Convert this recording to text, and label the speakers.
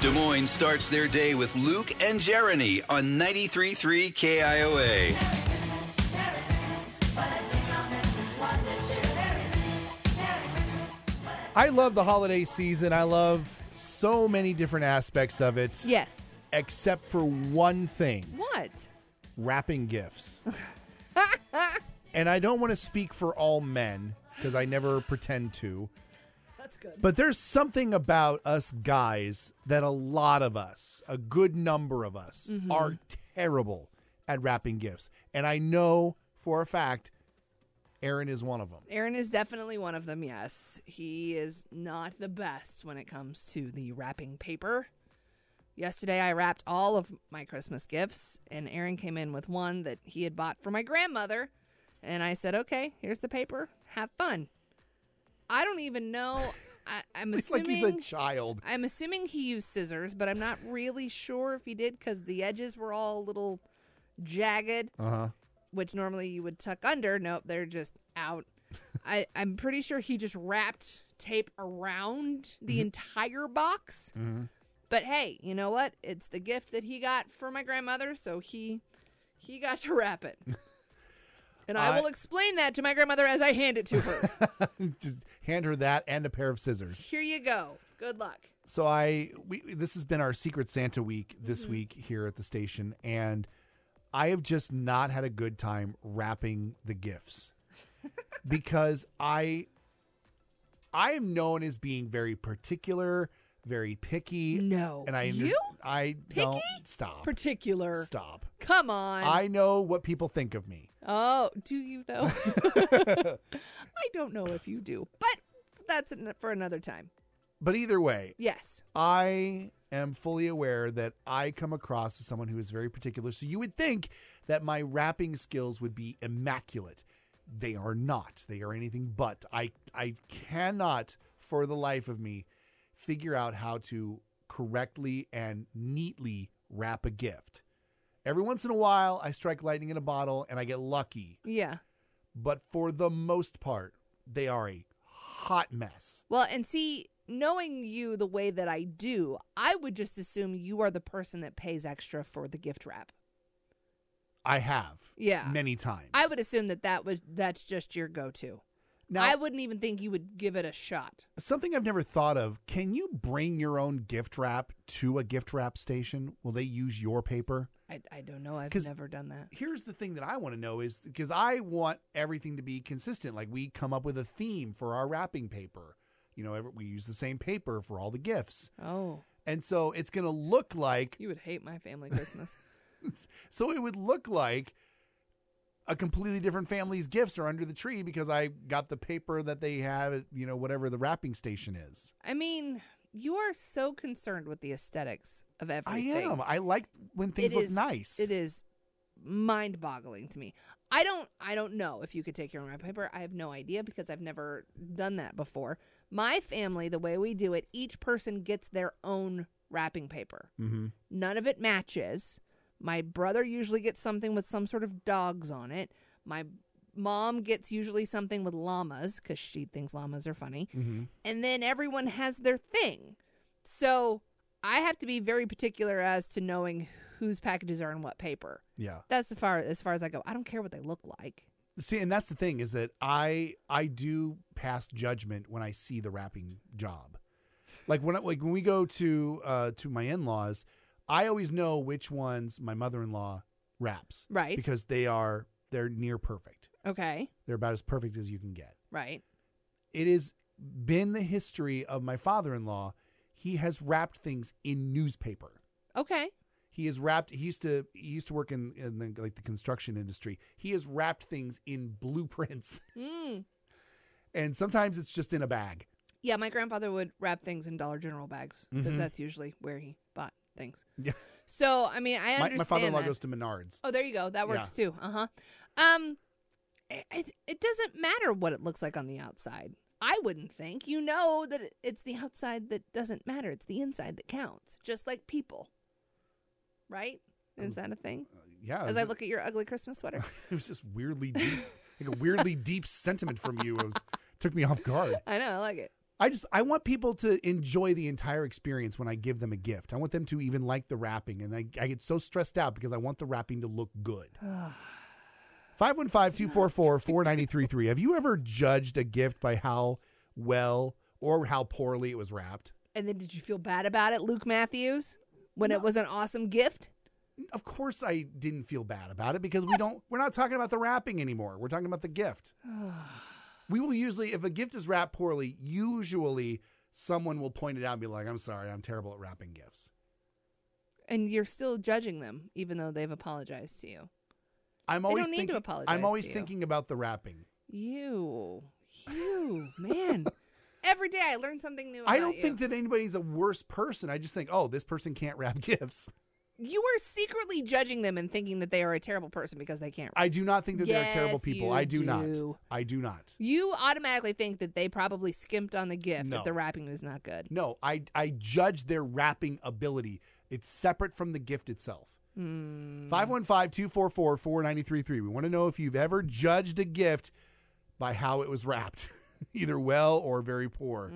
Speaker 1: Des Moines starts their day with Luke and Jeremy on 93.3 KIOA.
Speaker 2: I love the holiday season. I love so many different aspects of it.
Speaker 3: Yes.
Speaker 2: Except for one thing
Speaker 3: What?
Speaker 2: wrapping gifts. and I don't want to speak for all men because I never pretend to.
Speaker 3: That's good.
Speaker 2: But there's something about us guys that a lot of us, a good number of us,
Speaker 3: Mm-hmm.
Speaker 2: are terrible at wrapping gifts. And I know for a fact Aaron is one of them.
Speaker 3: Aaron is definitely one of them, yes. He is not the best when it comes to the wrapping paper. Yesterday, I wrapped all of my Christmas gifts, and Aaron came in with one that he had bought for my grandmother. And I said, okay, here's the paper. Have fun. I don't even know. I, I'm
Speaker 2: It's
Speaker 3: assuming.
Speaker 2: like he's a child.
Speaker 3: I'm assuming he used scissors, but I'm not really sure if he did because the edges were all a little jagged,
Speaker 2: Uh huh.
Speaker 3: which normally you would tuck under. Nope, they're just out. I, I'm pretty sure he just wrapped tape around the
Speaker 2: Mm-hmm.
Speaker 3: entire box. But hey, you know what? It's the gift that he got for my grandmother, so he he got to wrap it. And I,
Speaker 2: I-
Speaker 3: will explain that to my grandmother as I hand it to her.
Speaker 2: Just hand her that and a pair of scissors.
Speaker 3: Here you go. Good luck.
Speaker 2: So I we this has been our secret Santa week this
Speaker 3: Mm-hmm.
Speaker 2: week here at the station and I have just not had a good time wrapping the gifts because I I am known as being very particular, very picky.
Speaker 3: No.
Speaker 2: And I under-
Speaker 3: You?
Speaker 2: I don't stop.
Speaker 3: Particular.
Speaker 2: Stop.
Speaker 3: Come on.
Speaker 2: I know what people think of me.
Speaker 3: Oh, do you know? I don't know if you do, but that's an- for another time.
Speaker 2: But either way,
Speaker 3: Yes.
Speaker 2: I am fully aware that I come across as someone who is very particular. So you would think that my rapping skills would be immaculate. They are not. They are anything but. I I cannot for the life of me figure out how to correctly and neatly wrap a gift. Every once in a while I strike lightning in a bottle and I get lucky,
Speaker 3: Yeah.
Speaker 2: but for the most part they are a hot mess.
Speaker 3: Well, and see, knowing you the way that I do, I would just assume you are the person that pays extra for the gift wrap.
Speaker 2: I have
Speaker 3: Yeah.
Speaker 2: many times.
Speaker 3: I would assume that that was that's just your go-to.
Speaker 2: now,
Speaker 3: I wouldn't even think you would give it a shot.
Speaker 2: Something I've never thought of. Can you bring your own gift wrap to a gift wrap station? Will they use your paper?
Speaker 3: I, I don't know. I've
Speaker 2: 'Cause-
Speaker 3: never done that.
Speaker 2: Here's the thing that I want to know is because I want everything to be consistent. Like we come up with a theme for our wrapping paper. You know, every- we use the same paper for all the gifts.
Speaker 3: Oh,
Speaker 2: And so it's going to look like,
Speaker 3: you would hate my family Christmas.
Speaker 2: so it would look like a completely different family's gifts are under the tree because I got the paper that they have at, you know, whatever the wrapping station is.
Speaker 3: I mean, you are so concerned with the aesthetics of
Speaker 2: I
Speaker 3: everything.
Speaker 2: am. I like when things
Speaker 3: It
Speaker 2: look
Speaker 3: is-
Speaker 2: nice.
Speaker 3: It is mind-boggling to me. I don't I don't know if you could take your own wrapping paper. I have no idea because I've never done that before. My family, the way we do it, each person gets their own wrapping paper.
Speaker 2: Mm-hmm.
Speaker 3: None of it matches. My brother usually gets something with some sort of dogs on it. My mom gets usually something with llamas cuz she thinks llamas are funny
Speaker 2: Mm-hmm.
Speaker 3: and then everyone has their thing. So I have to be very particular as to knowing whose packages are in what paper.
Speaker 2: Yeah.
Speaker 3: That's as far as far as I go. I don't care what they look like.
Speaker 2: See, and that's the thing is that I I do pass judgment when I see the wrapping job. Like when I, like when we go to uh to my in-laws, I always know which ones my mother-in-law wraps
Speaker 3: Right.
Speaker 2: because they are they're near perfect.
Speaker 3: okay.
Speaker 2: They're about as perfect as you can get.
Speaker 3: Right.
Speaker 2: It has been the history of my father-in-law. He has wrapped things in newspaper.
Speaker 3: Okay.
Speaker 2: He has wrapped. He used to. He used to work in, in the, like the construction industry. He has wrapped things in blueprints,
Speaker 3: Mm.
Speaker 2: and sometimes it's just in a bag.
Speaker 3: Yeah, my grandfather would wrap things in Dollar General bags because
Speaker 2: Mhm.
Speaker 3: that's usually where he bought things.
Speaker 2: Yeah.
Speaker 3: So I mean, I
Speaker 2: My,
Speaker 3: understand.
Speaker 2: my father-in-law
Speaker 3: that.
Speaker 2: goes to Menards.
Speaker 3: Oh, there you go. That works too. Uh huh. Um, it, it- it doesn't matter what it looks like on the outside. I wouldn't think. You know that it- it's the outside that doesn't matter. It's the inside that counts. Just like people, right? Is
Speaker 2: Um,
Speaker 3: that a thing?
Speaker 2: Uh, yeah,
Speaker 3: As
Speaker 2: it
Speaker 3: I
Speaker 2: was-
Speaker 3: look at your ugly Christmas sweater,
Speaker 2: it was just weirdly deep, like a weirdly deep sentiment from you. It was, took me off guard.
Speaker 3: I know I like it.
Speaker 2: I just I want people to enjoy the entire experience when I give them a gift. I want them to even like the wrapping, and I, I get so stressed out because I want the wrapping to look good. 515-244-4933. Have you ever judged a gift by how well or how poorly it was wrapped?
Speaker 3: And then did you feel bad about it, Luke Matthews, when it was an awesome gift?
Speaker 2: Of course I didn't feel bad about it because we don't we're not talking about the wrapping anymore. We're talking about the gift.
Speaker 3: Oh,
Speaker 2: we will usually if a gift is wrapped poorly, usually someone will point it out and be like, "I'm sorry, I'm terrible at wrapping gifts."
Speaker 3: And you're still judging them, even though they've apologized to you.
Speaker 2: I'm
Speaker 3: They
Speaker 2: always
Speaker 3: don't need to
Speaker 2: thinking,
Speaker 3: apologize
Speaker 2: I'm
Speaker 3: to
Speaker 2: always
Speaker 3: you.
Speaker 2: thinking about the wrapping.
Speaker 3: You, you, man. Every day I learn something new.
Speaker 2: I
Speaker 3: about
Speaker 2: don't
Speaker 3: you.
Speaker 2: think that anybody's a worse person. I just think, "Oh, this person can't wrap gifts."
Speaker 3: you are secretly judging them and thinking that they are a terrible person because they can't.
Speaker 2: I do not think that they're terrible
Speaker 3: Yes,
Speaker 2: people.
Speaker 3: you
Speaker 2: I do, not.
Speaker 3: do.
Speaker 2: I do not.
Speaker 3: You automatically think that they probably skimped on the gift
Speaker 2: No.
Speaker 3: that the wrapping was not good.
Speaker 2: No, I I judge their wrapping ability. It's separate from the gift itself.
Speaker 3: Hmm.
Speaker 2: 515-244-4933. We want to know if you've ever judged a gift by how it was wrapped, either well or very poor.